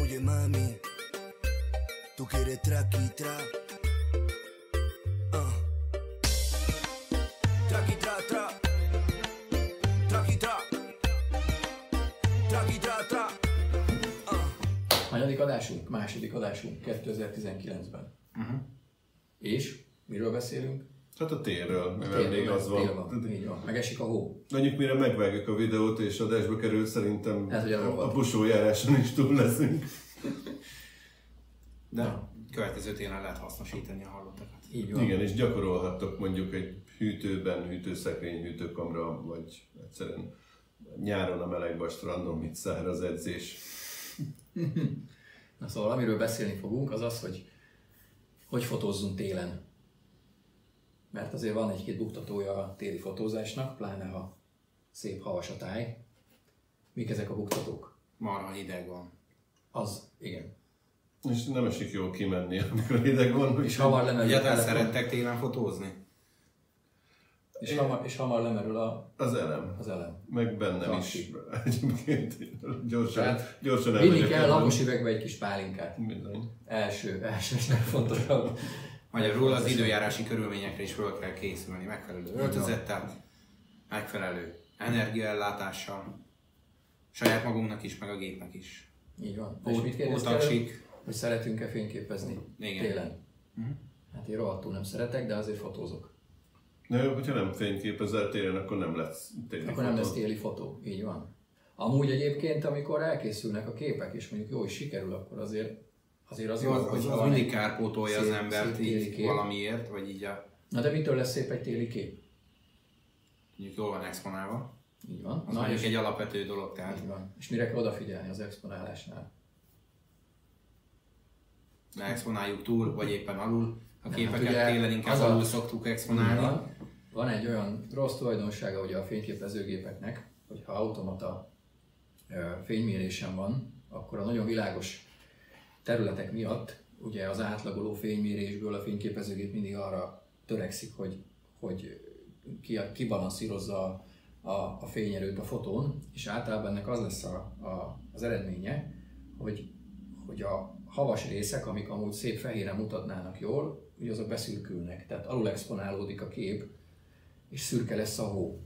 Oye, mami, tú quieres traqui tra. Ah. Traqui tra tra. Traqui tra. Traqui tra tra. Hanyadik adásunk? Második adásunk 2019-ben. Mhm. És miről beszélünk? Hát a térről, mivel Tényleg, még az tél van. Így van. Megesik a hó. Mondjuk mire megvágjuk a videót és adásba kerül, szerintem Hát, hogy arról a, volt. a busójáráson is túl leszünk. De következő télen lehet hasznosítani a hallottakat. Így van. Igen, és gyakorolhattok mondjuk egy hűtőben, hűtőszekrény, hűtőkamra, vagy egyszerűen nyáron a melegben a strandon, mint száraz edzés. Na szóval amiről beszélni fogunk, az az, hogy hogy fotózzunk télen. Mert azért van egy-két buktatója a téli fotózásnak, pláne ha szép havas a táj. Mik ezek a buktatók? Marha hideg van. Az, igen. És nem esik jól kimenni, amikor hideg van. És hamar lemerül a Egyáltalán telefon, szerettek télen fotózni? és hamar, és hamar lemerül a, Az elem. az elem. Meg bennem is. Taxi. Egyébként gyorsan, Tehát gyorsan Vinni elmegyek kell onnan. lapos üvegbe egy kis pálinkát. Bizony. Első, első és legfontosabb. Magyarul az időjárási körülményekre is föl kell készülni, megfelelő öltözettel, megfelelő energiaellátással, saját magunknak is, meg a gépnek is. Így van. Ó- és mit kérdeztél? ótaksik. Hogy szeretünk-e fényképezni Igen. télen? Hát én rohadtul nem szeretek, de azért fotózok. De hogyha nem fényképezel télen, akkor nem lesz téli Akkor nem fotó. lesz téli fotó, így van. Amúgy egyébként, amikor elkészülnek a képek, és mondjuk jó is sikerül, akkor azért azért az Az, az, az, hogyha az van mindig egy- kárpótolja az szép- embert szép téli így kép. valamiért, vagy így a, Na de mitől lesz szép egy téli kép? mondjuk jól van exponálva. Így van. Az Na, mondjuk és, egy alapvető dolog, tehát így van. és mire kell odafigyelni az exponálásnál? ne exponáljuk túl, vagy éppen alul. A képeket Hát ugye télen az inkább a- alul szoktuk exponálni. Van, van egy olyan rossz tulajdonsága ugye a fényképezőgépeknek, hogy ha automata ö, fénymérésen van, akkor a nagyon világos területek miatt ugye az átlagoló fénymérésből a fényképezőgép mindig arra törekszik, hogy, hogy ki, kibalanszírozza a, a, a fényerőt a fotón, és általában ennek az lesz a, a, az eredménye, hogy, hogy a havas részek, amik amúgy szép fehére mutatnának jól, ugye azok beszürkülnek, tehát alul exponálódik a kép, és szürke lesz a hó.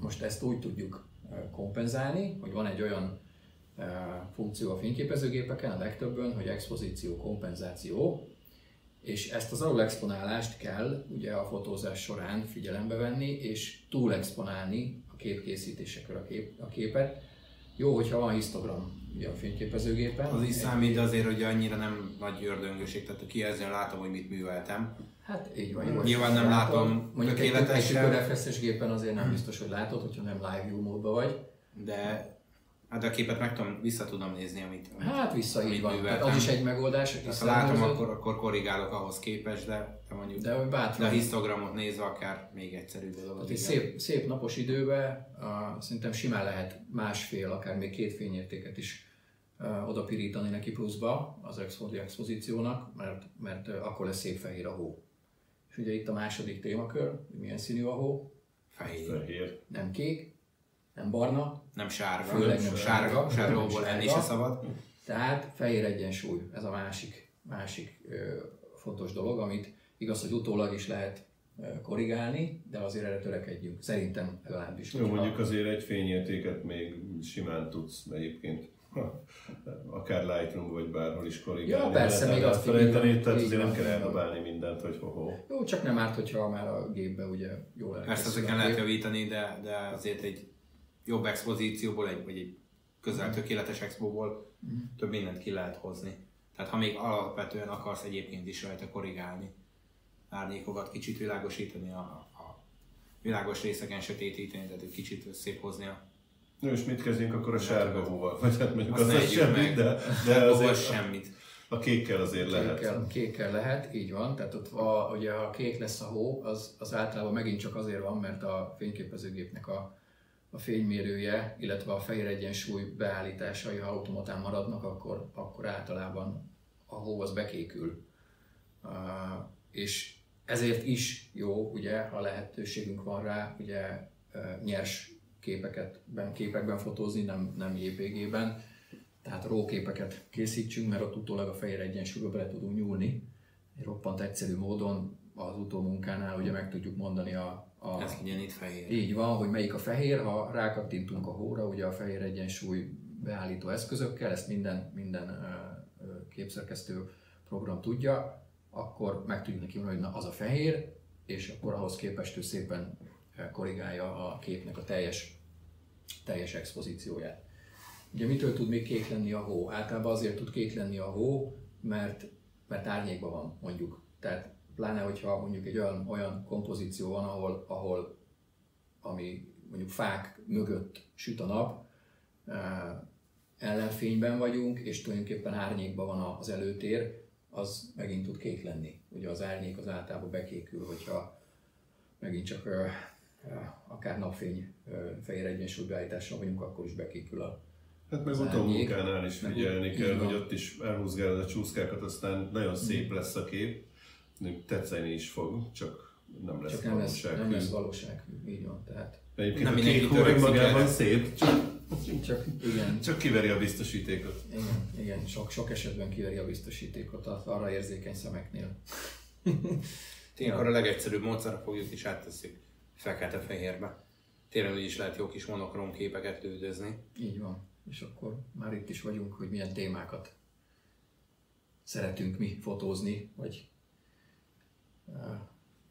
Most ezt úgy tudjuk ö, kompenzálni, hogy van egy olyan ö, funkció a fényképezőgépeken, a legtöbben, hogy expozíció, kompenzáció, és ezt az alulexponálást kell ugye a fotózás során figyelembe venni, és túlexponálni a képkészítésekor a, kép, a képet. Jó, hogyha van histogram ugye a fényképezőgépen. Az is Egy- számít, de azért, hogy annyira nem nagy ördöngöség, tehát a kijelzőn látom, hogy mit műveltem. Hát így van. Jó, Nyilván nem látom Mondjuk egy tökéletesen. Hmm. tükörrefeszes gépen azért nem biztos, hogy látod, hogyha nem live view módban vagy. De hát a képet meg tudom, vissza tudom nézni, amit, amit Hát vissza így amit van. Tehát műveltem. Hát, az is egy megoldás, hogy ha látom, visszahúzod, akkor, akkor korrigálok ahhoz képest, de, de mondjuk de hogy de a bátran. histogramot nézve akár még egyszerűbb dolog. Tehát egy igen. szép, szép napos időben uh, szerintem simán lehet másfél, akár még két fényértéket is uh, oda pirítani neki pluszba az expo- expozíciónak, mert, mert uh, akkor lesz szép fehér a hó. És ugye itt a második témakör, hogy milyen színű a hó, Fehér. Fehér. nem kék, nem barna, Nem sárga. Főleg nem sárga. sárga. Sárgából Nem lenni se sárga. szabad. Tehát fehér egyensúly, ez a másik, másik ö, fontos dolog, amit igaz, hogy utólag is lehet ö, korrigálni, de azért erre törekedjünk. Szerintem legalábbis. Jó, mondjuk azért egy fényértéket még simán tudsz egyébként. Ha, Akár Lightroom vagy bárhol is korrigálni. Ja, persze, lehet még azt így elfelejteni, van, tehát így azért nem van. kell elnabálni mindent, hogy hoho. Jó, csak nem árt, hogyha már a gépbe ugye jól Persze elkészül a ezeken lehet kép. javítani, de, de azért egy jobb expozícióból, egy, vagy egy közel tökéletes expóból több mindent ki lehet hozni. Tehát ha még alapvetően akarsz egyébként is rajta korrigálni, árnyékokat kicsit világosítani, a, a világos részeken sötétíteni, tehát egy kicsit szép hozni a Jó, és mit kezdjünk akkor a sárga hóval? Vagy hát mondjuk Azt az, ne az együk semmit, meg. de, de de azért semmit. a kékkel azért lehet. Kékkel, kékkel lehet, így van. Tehát ott a, ugye ha kék lesz a hó, az, az általában megint csak azért van, mert a fényképezőgépnek a, a fénymérője, illetve a fehér egyensúly beállításai, ha automatán maradnak, akkor, akkor általában a hó az bekékül. Uh, és ezért is jó, ugye, ha lehetőségünk van rá, ugye uh, nyers képeket, ben- képekben fotózni, nem, nem JPG-ben. tehát róképeket készítsünk, mert ott utólag a fehér egyensúlyba bele tudunk nyúlni. Egy roppant egyszerű módon az utómunkánál ugye meg tudjuk mondani a, a Ez legyen itt fehér. így van, hogy melyik a fehér, ha rákattintunk a hóra, ugye a fehér egyensúly beállító eszközökkel, ezt minden, minden ö, ö, képszerkesztő program tudja, akkor meg tudjuk neki mondani, hogy na az a fehér, és akkor ahhoz képest ő szépen ö, korrigálja a képnek a teljes, teljes expozícióját. Ugye mitől tud még kék lenni a hó? Általában azért tud kék lenni a hó, mert, mert árnyékban van, mondjuk. Tehát pláne, hogyha mondjuk egy olyan, olyan kompozíció van, ahol, ahol ami mondjuk fák mögött süt a nap, eh, ellenfényben vagyunk, és tulajdonképpen árnyékban van az előtér, az megint tud kék lenni. Ugye az árnyék az általában bekékül, hogyha megint csak eh, eh, akár napfény eh, fehér egyensúlybeállítással vagyunk, akkor is bekékül a... Hát meg Az utómunkánál is árnyék, figyelni meg- kell, így van. Mm. hogy ott is elhúzgálod a csúszkákat, aztán nagyon szép lesz a kép, tetszeni is fog, csak nem lesz Csak nem lesz, nem valósághű. lesz valóság. Így van, tehát... Egyébként Nem nem a mindenki kék hó törekszik magában erre. szép, csak, Csak igen, csak kiveri a biztosítékot. igen, igen sok, sok esetben kiveri a biztosítékot az arra érzékeny szemeknél. Tényleg akkor a legegyszerűbb módszerre fogjuk is áttesszük fekete fehérbe. Tényleg úgy is lehet jó kis monokrom képeket lődözni. Így van. És akkor már itt is vagyunk, hogy milyen témákat szeretünk mi fotózni, vagy eh,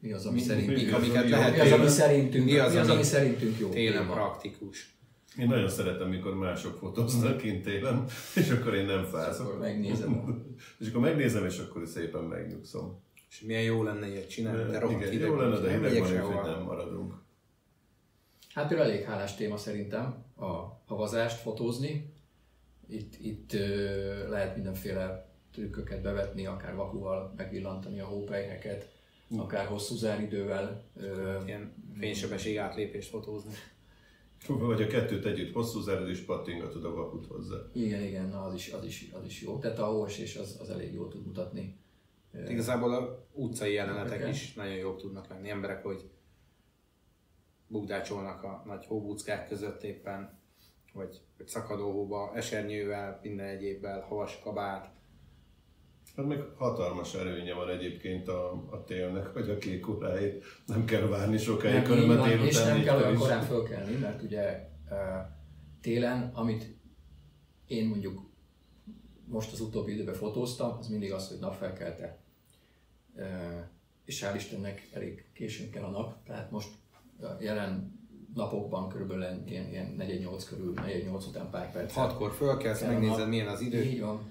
mi az, ami szerintünk Mik, az, amiket ami lehet mi az, ami télen- szerintünk, mi az, ami szerintünk jó télen téma. praktikus. Én nagyon szeretem, mikor mások fotóznak kint télen, és akkor én nem Akkor fázok. megnézem a És akkor megnézem, és akkor szépen megnyugszom. És milyen jó lenne ilyet csinálni, de rohadt Igen, hideg. jó lenne, de nem hideg megyek van, sehova. úgyhogy nem maradunk. Hát ő elég hálás téma szerintem a havazást fotózni. Itt, itt ö, lehet mindenféle trükköket bevetni, akár vakuval megvillantani a hópelyheket, akár hosszú záridővel. Ö, Ilyen fénysebesség átlépést fotózni. Fú, Vagy a kettőt együtt hosszú zárod, és pattingatod a vakut hozzá. igen, igen, na, az, is, az, is, az is jó. Tehát a hós és az, az elég jól tud mutatni. Igazából a utcai jelenetek Oké. is nagyon jók tudnak lenni. Emberek, hogy bugdácsolnak a nagy hóbuckák között éppen, vagy, vagy szakadó hóba, esernyővel, minden egyébbel, havas kabát. Hát meg hatalmas előnye van egyébként a, a télnek, hogy a kék óráit nem kell várni sokáig, Nem, így körülbelül van, és délután nem kell négykor olyan is. korán fölkelni, mert ugye eh, télen, amit én mondjuk most az utóbbi időben fotóztam, az mindig az, hogy napfelkelte. Eh, És hál' Istennek elég későn kell a nap, tehát most a jelen napokban körülbelül ilyen, ilyen 4-8 körül, 4-8 után pár perc. Hatkor fölkelsz, Kell a megnézed nap. milyen az idő. Így van.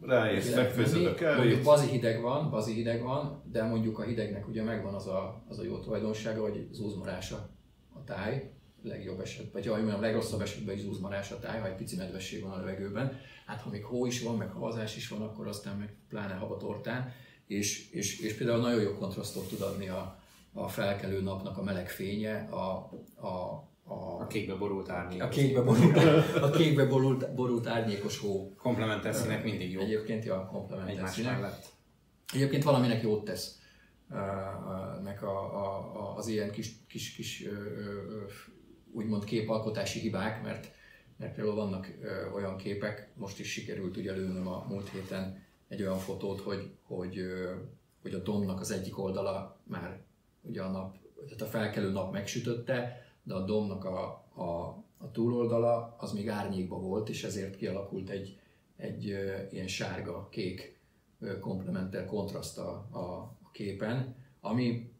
Ráérsz, megfőzöd a Mondjuk kávét. bazi hideg van, bazi hideg van, de mondjuk a hidegnek ugye megvan az a, az a jó tulajdonsága, hogy zúzmarása a táj, legjobb esetben, vagy ahogy mondjam, legrosszabb esetben is zúzmarás a táj, ha egy pici nedvesség van a levegőben. Hát ha még hó is van, meg havazás is van, akkor aztán meg pláne habatortán, és, és, és például nagyon jó kontrasztot tud adni a, a felkelő napnak a meleg fénye, a, a, a A kékbe borult árnyék. a kékbe borult, a kékbe borult, borult árnyékos hó. Komplementer színek mindig jó. Egyébként ja, komplementer Egymás színek. mellett. Egyébként valaminek jót tesz ö, ö, nek a, a, a, az ilyen kis, kis, kis ö, ö, ö, úgymond képalkotási hibák, mert, mert például vannak ö, olyan képek, most is sikerült ugye lőnöm a múlt héten egy olyan fotót, hogy, hogy, ö, hogy a domnak az egyik oldala már ugye a nap, tehát a felkelő nap megsütötte, de a domnak a, a, a túloldala az még árnyékba volt, és ezért kialakult egy, egy ö, ilyen sárga-kék ö, komplementer kontraszt a, a, a képen, ami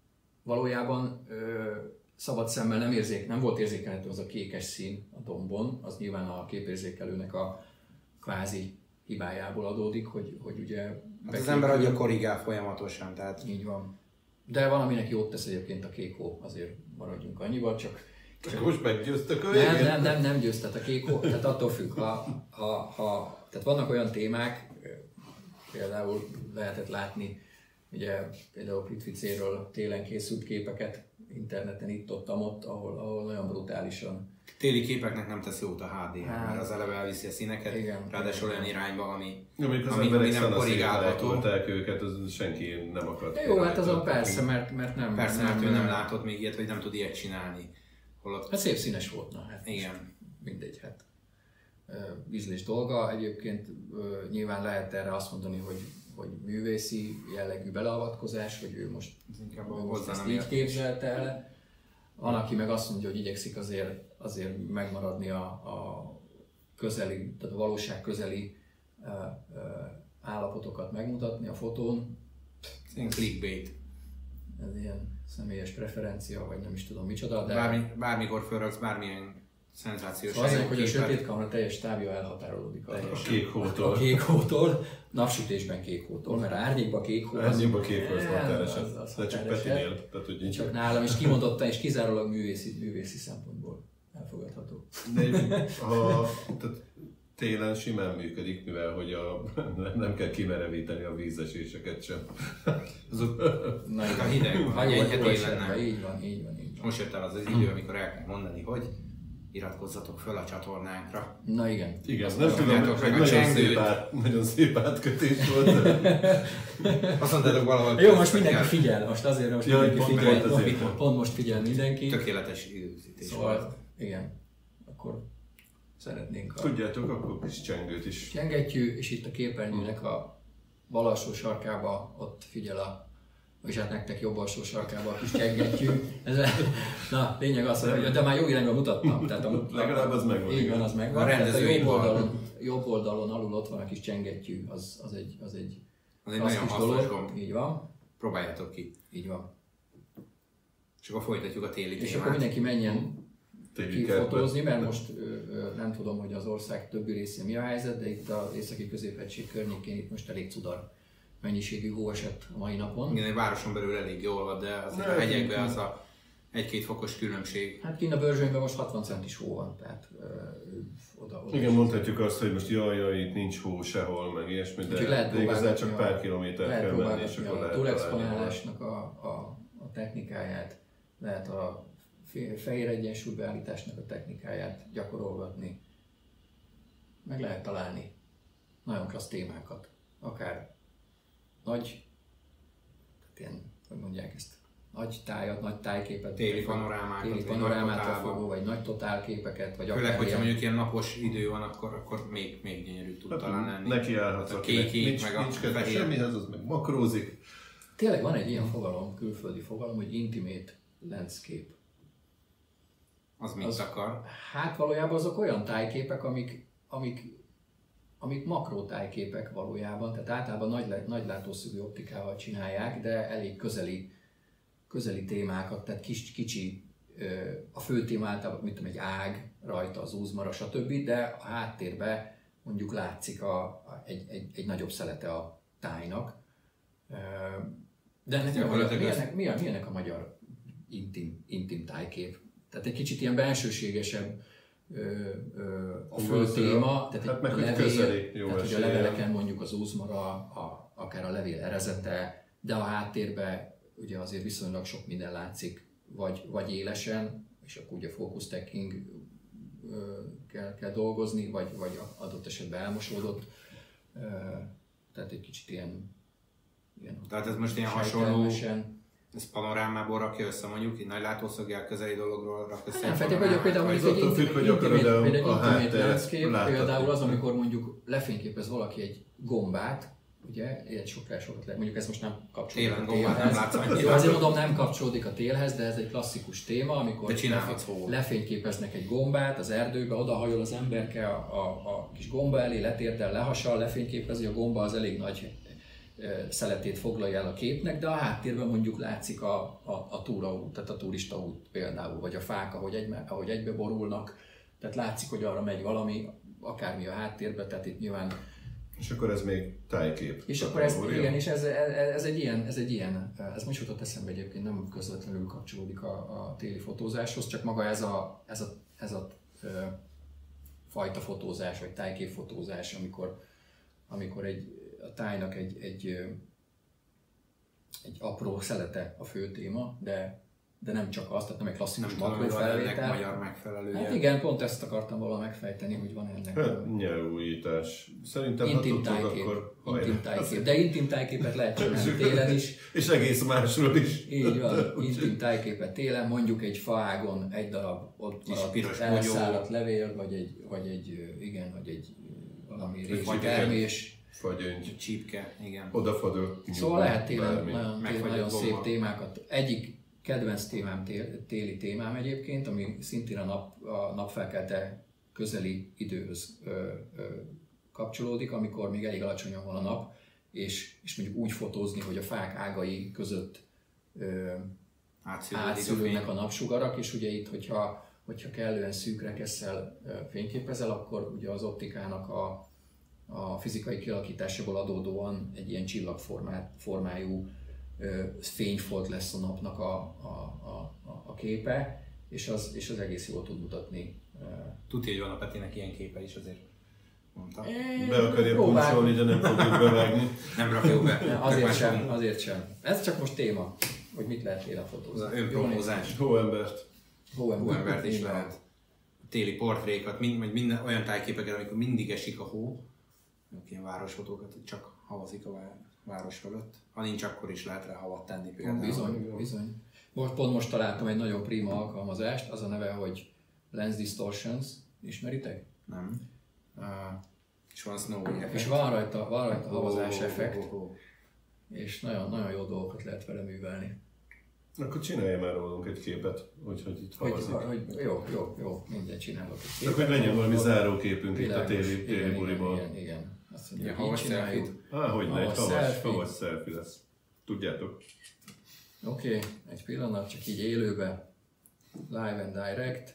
valójában ö, szabad szemmel nem érzék, nem volt érzékelhető az a kékes szín a dombon, az nyilván a képérzékelőnek a kvázi hibájából adódik, hogy, hogy ugye... Hát az bekékül. ember agya korrigál folyamatosan, tehát Így van. De valaminek jót tesz egyébként a kék hó, azért maradjunk annyival, csak Csak most meggyőztök a nem, végén. nem, nem, nem győztet a kék hó, tehát attól függ, ha, ha, ha, tehát vannak olyan témák, például lehetett látni, ugye például Plitvicéről télen készült képeket interneten itt-ott, ott, ahol, ahol nagyon brutálisan téli képeknek nem tesz jót a HD, Hát. mert az eleve elviszi a színeket, Igen. ráadásul olyan irányba, ami, Ja, mondjuk az ami, ami emberek nem korrigálható. szanaszétájtolták őket, az senki nem akart. De jó, hát azon korrigálni. persze, mert, mert nem... Persze, mert ő nem látott még ilyet, vagy nem tud ilyet csinálni. Holott, Hát szép színes volt, na hát most igen, mindegy, hát ö, vízlés dolga. Egyébként ö, nyilván lehet erre azt mondani, hogy, hogy művészi jellegű beleavatkozás, hogy ő most, Ez inkább ő a most hozzá ezt nem így ért. képzelte el. Van, aki meg azt mondja, hogy igyekszik azért, azért megmaradni a, a közeli, tehát a valóság közeli ö, ö, állapotokat megmutatni a fotón. Ez ilyen clickbait. Ez ilyen személyes preferencia, vagy nem is tudom micsoda, de... Bármi, bármikor felraksz bármilyen szenzációs Szóval azért, hogy a képet. sötét kamra teljes távja elhatárolódik a, A teljes- kék a hótól. kék hótól, napsütésben kék hótól, mert árnyékban kék hó az, Ennyi a kék az Az- határeset. az De csak határeset. Petinél. Tehát, hogy így. csak nálam is kimondottan és kizárólag művészi, művészi szempontból elfogadható. De egyébként, ha, tehát télen simán működik, mivel hogy a, nem kell kimerevíteni a vízeséseket sem. Azok, Na, a hideg van, Ha jó, egy jó télen esetben, nem. Így van, így van, így van. most jött el az az idő, amikor el kell mondani, hogy iratkozzatok föl a csatornánkra. Na igen. Igen, nem tudom, mondjátok egy meg a nagyon csengőt. szép, át, nagyon szép átkötés volt. Azt mondtátok valahol. Jó, most köztetek mindenki el. figyel, most azért most Jaj, mindenki pont figyel, pont azért pont, pont. pont most figyel mindenki. Tökéletes időzítés volt. Szóval, igen, akkor szeretnénk a Tudjátok, akkor kis csengőt is. Csengettyű, és itt a képernyőnek a bal alsó sarkába ott figyel a és hát nektek jobb alsó sarkába a kis csengettyű. Ez, na, lényeg az, hogy de már jó irányba mutattam. Tehát a, Legalább az megvan, Így van, igen. az megvan. A Tehát a rendezői jobb bal. oldalon, jobb oldalon alul ott van a kis csengettyű, az, az egy, az egy, Az egy az nagyon kis hasznos gomb. Így van, Próbáljátok ki. így van. És akkor folytatjuk a téli És akkor témát. mindenki menjen Téli kifotózni, mert most ö, ö, nem tudom, hogy az ország többi részén mi a helyzet, de itt az északi középhegység környékén itt most elég cudar mennyiségű hó esett a mai napon. Igen, egy városon belül elég jól van, de azért a Ne, hegyekben az a egy-két fokos különbség. Hát kint a Börzsönyben most 60 centis hó van, tehát ö, oda, oda Igen, mondhatjuk azt, hogy most jaj, jaj, itt nincs hó sehol, meg ilyesmi, Úgyhogy de, de igazán próbálgatni csak a- pár kilométer lehet kell menni, és próbálgatni akkor a lehet túlexponálásnak a, a, a technikáját, lehet a fe- fehér egyensúlybeállításnak a technikáját gyakorolgatni. Meg lehet találni nagyon klassz témákat, akár nagy, tehát ilyen, hogy mondják ezt, nagy tájat, nagy tájképet, Téli panorámákat, téli vagy nagy panorámát totálba. fogó, vagy nagy totálképeket, vagy Főleg, hogyha ilyen- mondjuk ilyen napos idő van, akkor, akkor még, még gyönyörű tud talán lenni. Hát Neki állhatsz, a akinek kék, nincs, meg a nincs köze fehér. semmihez, az meg makrózik. Tényleg van egy ilyen fogalom, külföldi fogalom, hogy intimate landscape. Az mit Az- akar? Hát valójában azok olyan tájképek, amik, amik, amik makró tájképek valójában, tehát általában nagy, le- nagy látószögű optikával csinálják, de elég közeli, közeli témákat, tehát kis, kicsi, ö, a fő téma általában, mint tudom, egy ág rajta, az úzmara, stb., de a háttérbe mondjuk látszik a, a, egy, egy, egy nagyobb szelete a tájnak. Ö, De ennek mi a magyar- Gyakorlatilag mi ez- ennek- mi a- mi ennek a magyar intim, intim tájkép? Tehát egy kicsit ilyen belsőségesebb ö, ö, a Igen, fő az, téma, ö, tehát hát egy meg, hogy levél, közeli, jó tehát hogy a eséllyel. leveleken mondjuk az úzmara, a, akár a levél erezete, de a háttérben ugye azért viszonylag sok minden látszik, vagy, vagy élesen, és akkor ugye focus taking ö, kell, kell dolgozni, vagy, vagy adott esetben elmosódott. Ö, Tehát egy kicsit ilyen, ilyen Tehát ez most ilyen hasonló, sejtelmesen. ez panorámából rakja össze mondjuk, egy nagy látószöggel közeli dologról rakja össze. Hát Nem egy feltétlenül, hogy panorámát, például mondjuk vagy vagy- egy attól függ, hogy intimate- akarod-e a- például egy a intimate hátteret landscape, látni. például az, amikor mondjuk lefényképez valaki egy gombát, ugye, ilyen sokkal sokat lehet, mondjuk ez most nem kapcsolódik Télen a gombát nem télhez. látsz Jó, annyira. azért mondom, nem kapcsolódik a télhez, de ez egy klasszikus téma, amikor De csinálhatsz lefé- hó. lefényképeznek egy gombát az erdőbe, odahajol az emberke a, a, a kis gomba elé, letérdel, lehasal, lefényképezi, a gomba az elég nagy ö, szeletét foglalja el a képnek, de a háttérben mondjuk látszik a, a, a túraút, tehát a turista út például, vagy a fák, ahogy, egy, ahogy egybe borulnak, tehát látszik, hogy arra megy valami, akármi a háttérbe, tehát itt nyilván És akkor ez még tájkép. és akkor ez, Kategória. igen, és ez, e, ez, ez, egy ilyen, ez egy ilyen, e, ez most jutott eszembe egyébként, nem közvetlenül kapcsolódik a, a téli fotózáshoz, csak maga ez a, ez a, ez a ö, fajta fotózás, vagy tájképfotózás, amikor, amikor egy, a tájnak e, egy, egy, ö, egy apró szelete a fő téma, de de nem csak azt, tehát nem egy klasszikus Nem tudom, hogy van ennek makrófelvétel. magyar megfelelője. Hát igen, pont ezt akartam volna megfejteni, hogy van ennek Hát, nyelvújítás. Szerintem ha intim tudtad, tájkép. akkor Intim hajrá. tájkép. De intim tájképet lehet csinálni télen is. És egész másról is. Így van, intim tájképet télen, mondjuk egy faágon egy darab ott Kis maradt piros elszállott levél, vagy egy, vagy egy, ö, igen, vagy egy ö, valami régi vagy termés. Fagyöngy. Csípke, igen. Odafadott. Szóval lehet télen Bármi. nagyon, télen Megfagyott nagyon szép gomba. témákat. Egyik kedvenc témám tél, téli témám egyébként, ami szintén a, nap, a napfelkelte közeli időhöz ö, ö, kapcsolódik, amikor még elég alacsonyan van a nap, és, és mondjuk úgy fotózni, hogy a fák ágai között ö, Átszűrődik a Hát átszűrődnek fény. a napsugarak, és ugye itt, hogyha, hogyha kellően szűkre keszel fényképezel, akkor ugye az optikának a, a fizikai kialakításából adódóan egy ilyen csillagformát, formájú ö, fényfolt lesz a napnak a, a, a, a- a képe, és az, és az egész jól tud mutatni. Tudja, hogy van a Petinek ilyen képe is azért. Mondta. Be akarja Próbál- puncsolni, de nem fogjuk bevágni. Nem rakjuk be. Ne, Azért Csak sem, más- azért sem. Ez csak most téma, hogy mit lehet télen Az a fotózni. önpromózás. Hóembert. Hóember. hóembert is Így van. lehet. Téli portrékat, mind, vagy minden olyan tájképeket, amikor mindig esik a hó, mondjuk ilyen városfotókat, hogy csak havazik a vá- város fölött. Ha nincs, akkor is lehet rá havat tenni például. Bizony, bizony. Most, pont most találtam egy nagyon prima alkalmazást, az a neve, hogy Lens Distortions, ismeritek? Nem. És van snow effekt. És van rajta, van rajta Hó, havazás hó, effekt, hó, hó. és nagyon, nagyon jó dolgokat lehet vele művelni. Akkor csinálja már rólunk egy képet, úgyhogy itt Hogy, havazik. hogy, jó, jó, jó, mindent csinálok. egy Csak képet. hogy legyen valami záróképünk itt a Világos. téli, Igen, téli igen, buliból. Igen, igen. Azt Ilyen mondja, így havas csináljuk. selfie-t. Á, hogy ne, Havas egy havas, selfie. havas selfie lesz. Tudjátok. Oké, egy pillanat, csak így élőbe. Live and direct.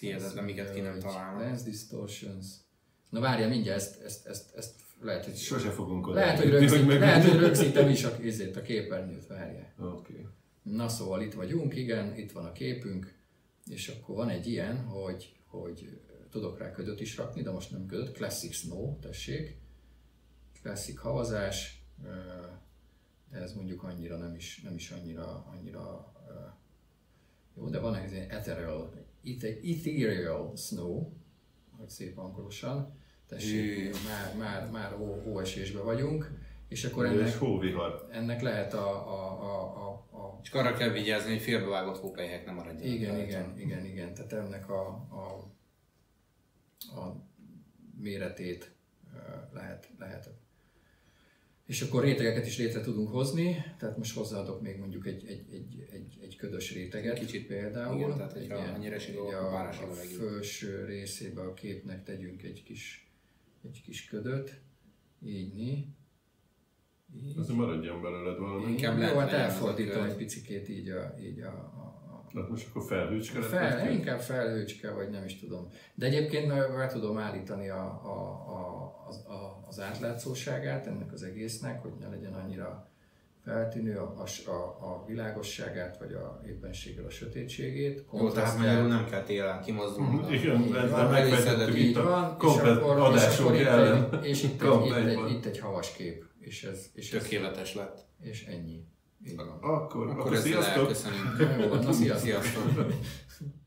Hihetetlen, miket ki nem Egy találnak. Lens Distortions. Na várjál, mindjárt ezt, ezt, ezt, ezt lehet, hogy Sose fogunk oda. Lehet, hogy, jutni, rögzít, meg- lehet, hogy rögzítem is a, izét, a képernyőt, várjál. Oké. Na szóval itt vagyunk, igen, itt van a képünk, és akkor van egy ilyen, hogy, hogy tudok rá ködöt is rakni, de most nem ködöt, Classic Snow, tessék, Classic havazás, ö, de ez mondjuk annyira nem is, nem is annyira, annyira ö, jó, de van egy ilyen ethereal, ethe- ethereal snow, hogy szép angolosan, tessék, már, már, már hó, hóesésben vagyunk, és akkor Okay. ennek, És hóvihar. ennek lehet a, a, a, a, a Csak arra kell vigyázni, hogy félbevágott hópelyhek nem maradjanak. igen, rajta. igen, igen, igen. Tehát ennek a, a, a méretét ö, lehet, lehet. És akkor rétegeket is létre tudunk hozni, tehát most hozzáadok még mondjuk egy, egy, egy, egy, egy ködös réteget. Kicsit, például. igen, tehát, hogyha ilyen- annyira esik, így akkor a, páros a a levegő. felső részébe a képnek tegyünk egy kis, egy kis ködöt. Így, né. Így. Azért maradjon belőled valami. Inkább Jó, lent hát legyen az a elfordítom köd. egy picikét így a, így a, a, a Na most akkor felhőcskelet. fel, kezdjük? inkább felhőcske, vagy nem is tudom. De egyébként már be tudom állítani a, a, a, az, a, az átlátszóságát ennek az egésznek, hogy ne legyen annyira feltűnő a, a, a, a világosságát, vagy a éppenséggel a sötétségét. Jó, tehát magyarul nem kell télen kimozdulni. Igen, Így ezzel van, elhiszed, megvetettük hogy így itt van, a és komplet akkor- és adásunk akkor itt ellen. egy- És itt egy, itt, egy, Kampányban. itt egy havas kép, és ez, és, ez, Tökéletes lett. és ennyi. Így van. Akkor, Akkor, akkor ezzel sziasztok! elköszönünk. Jó, na sziasztok! Sziasztok!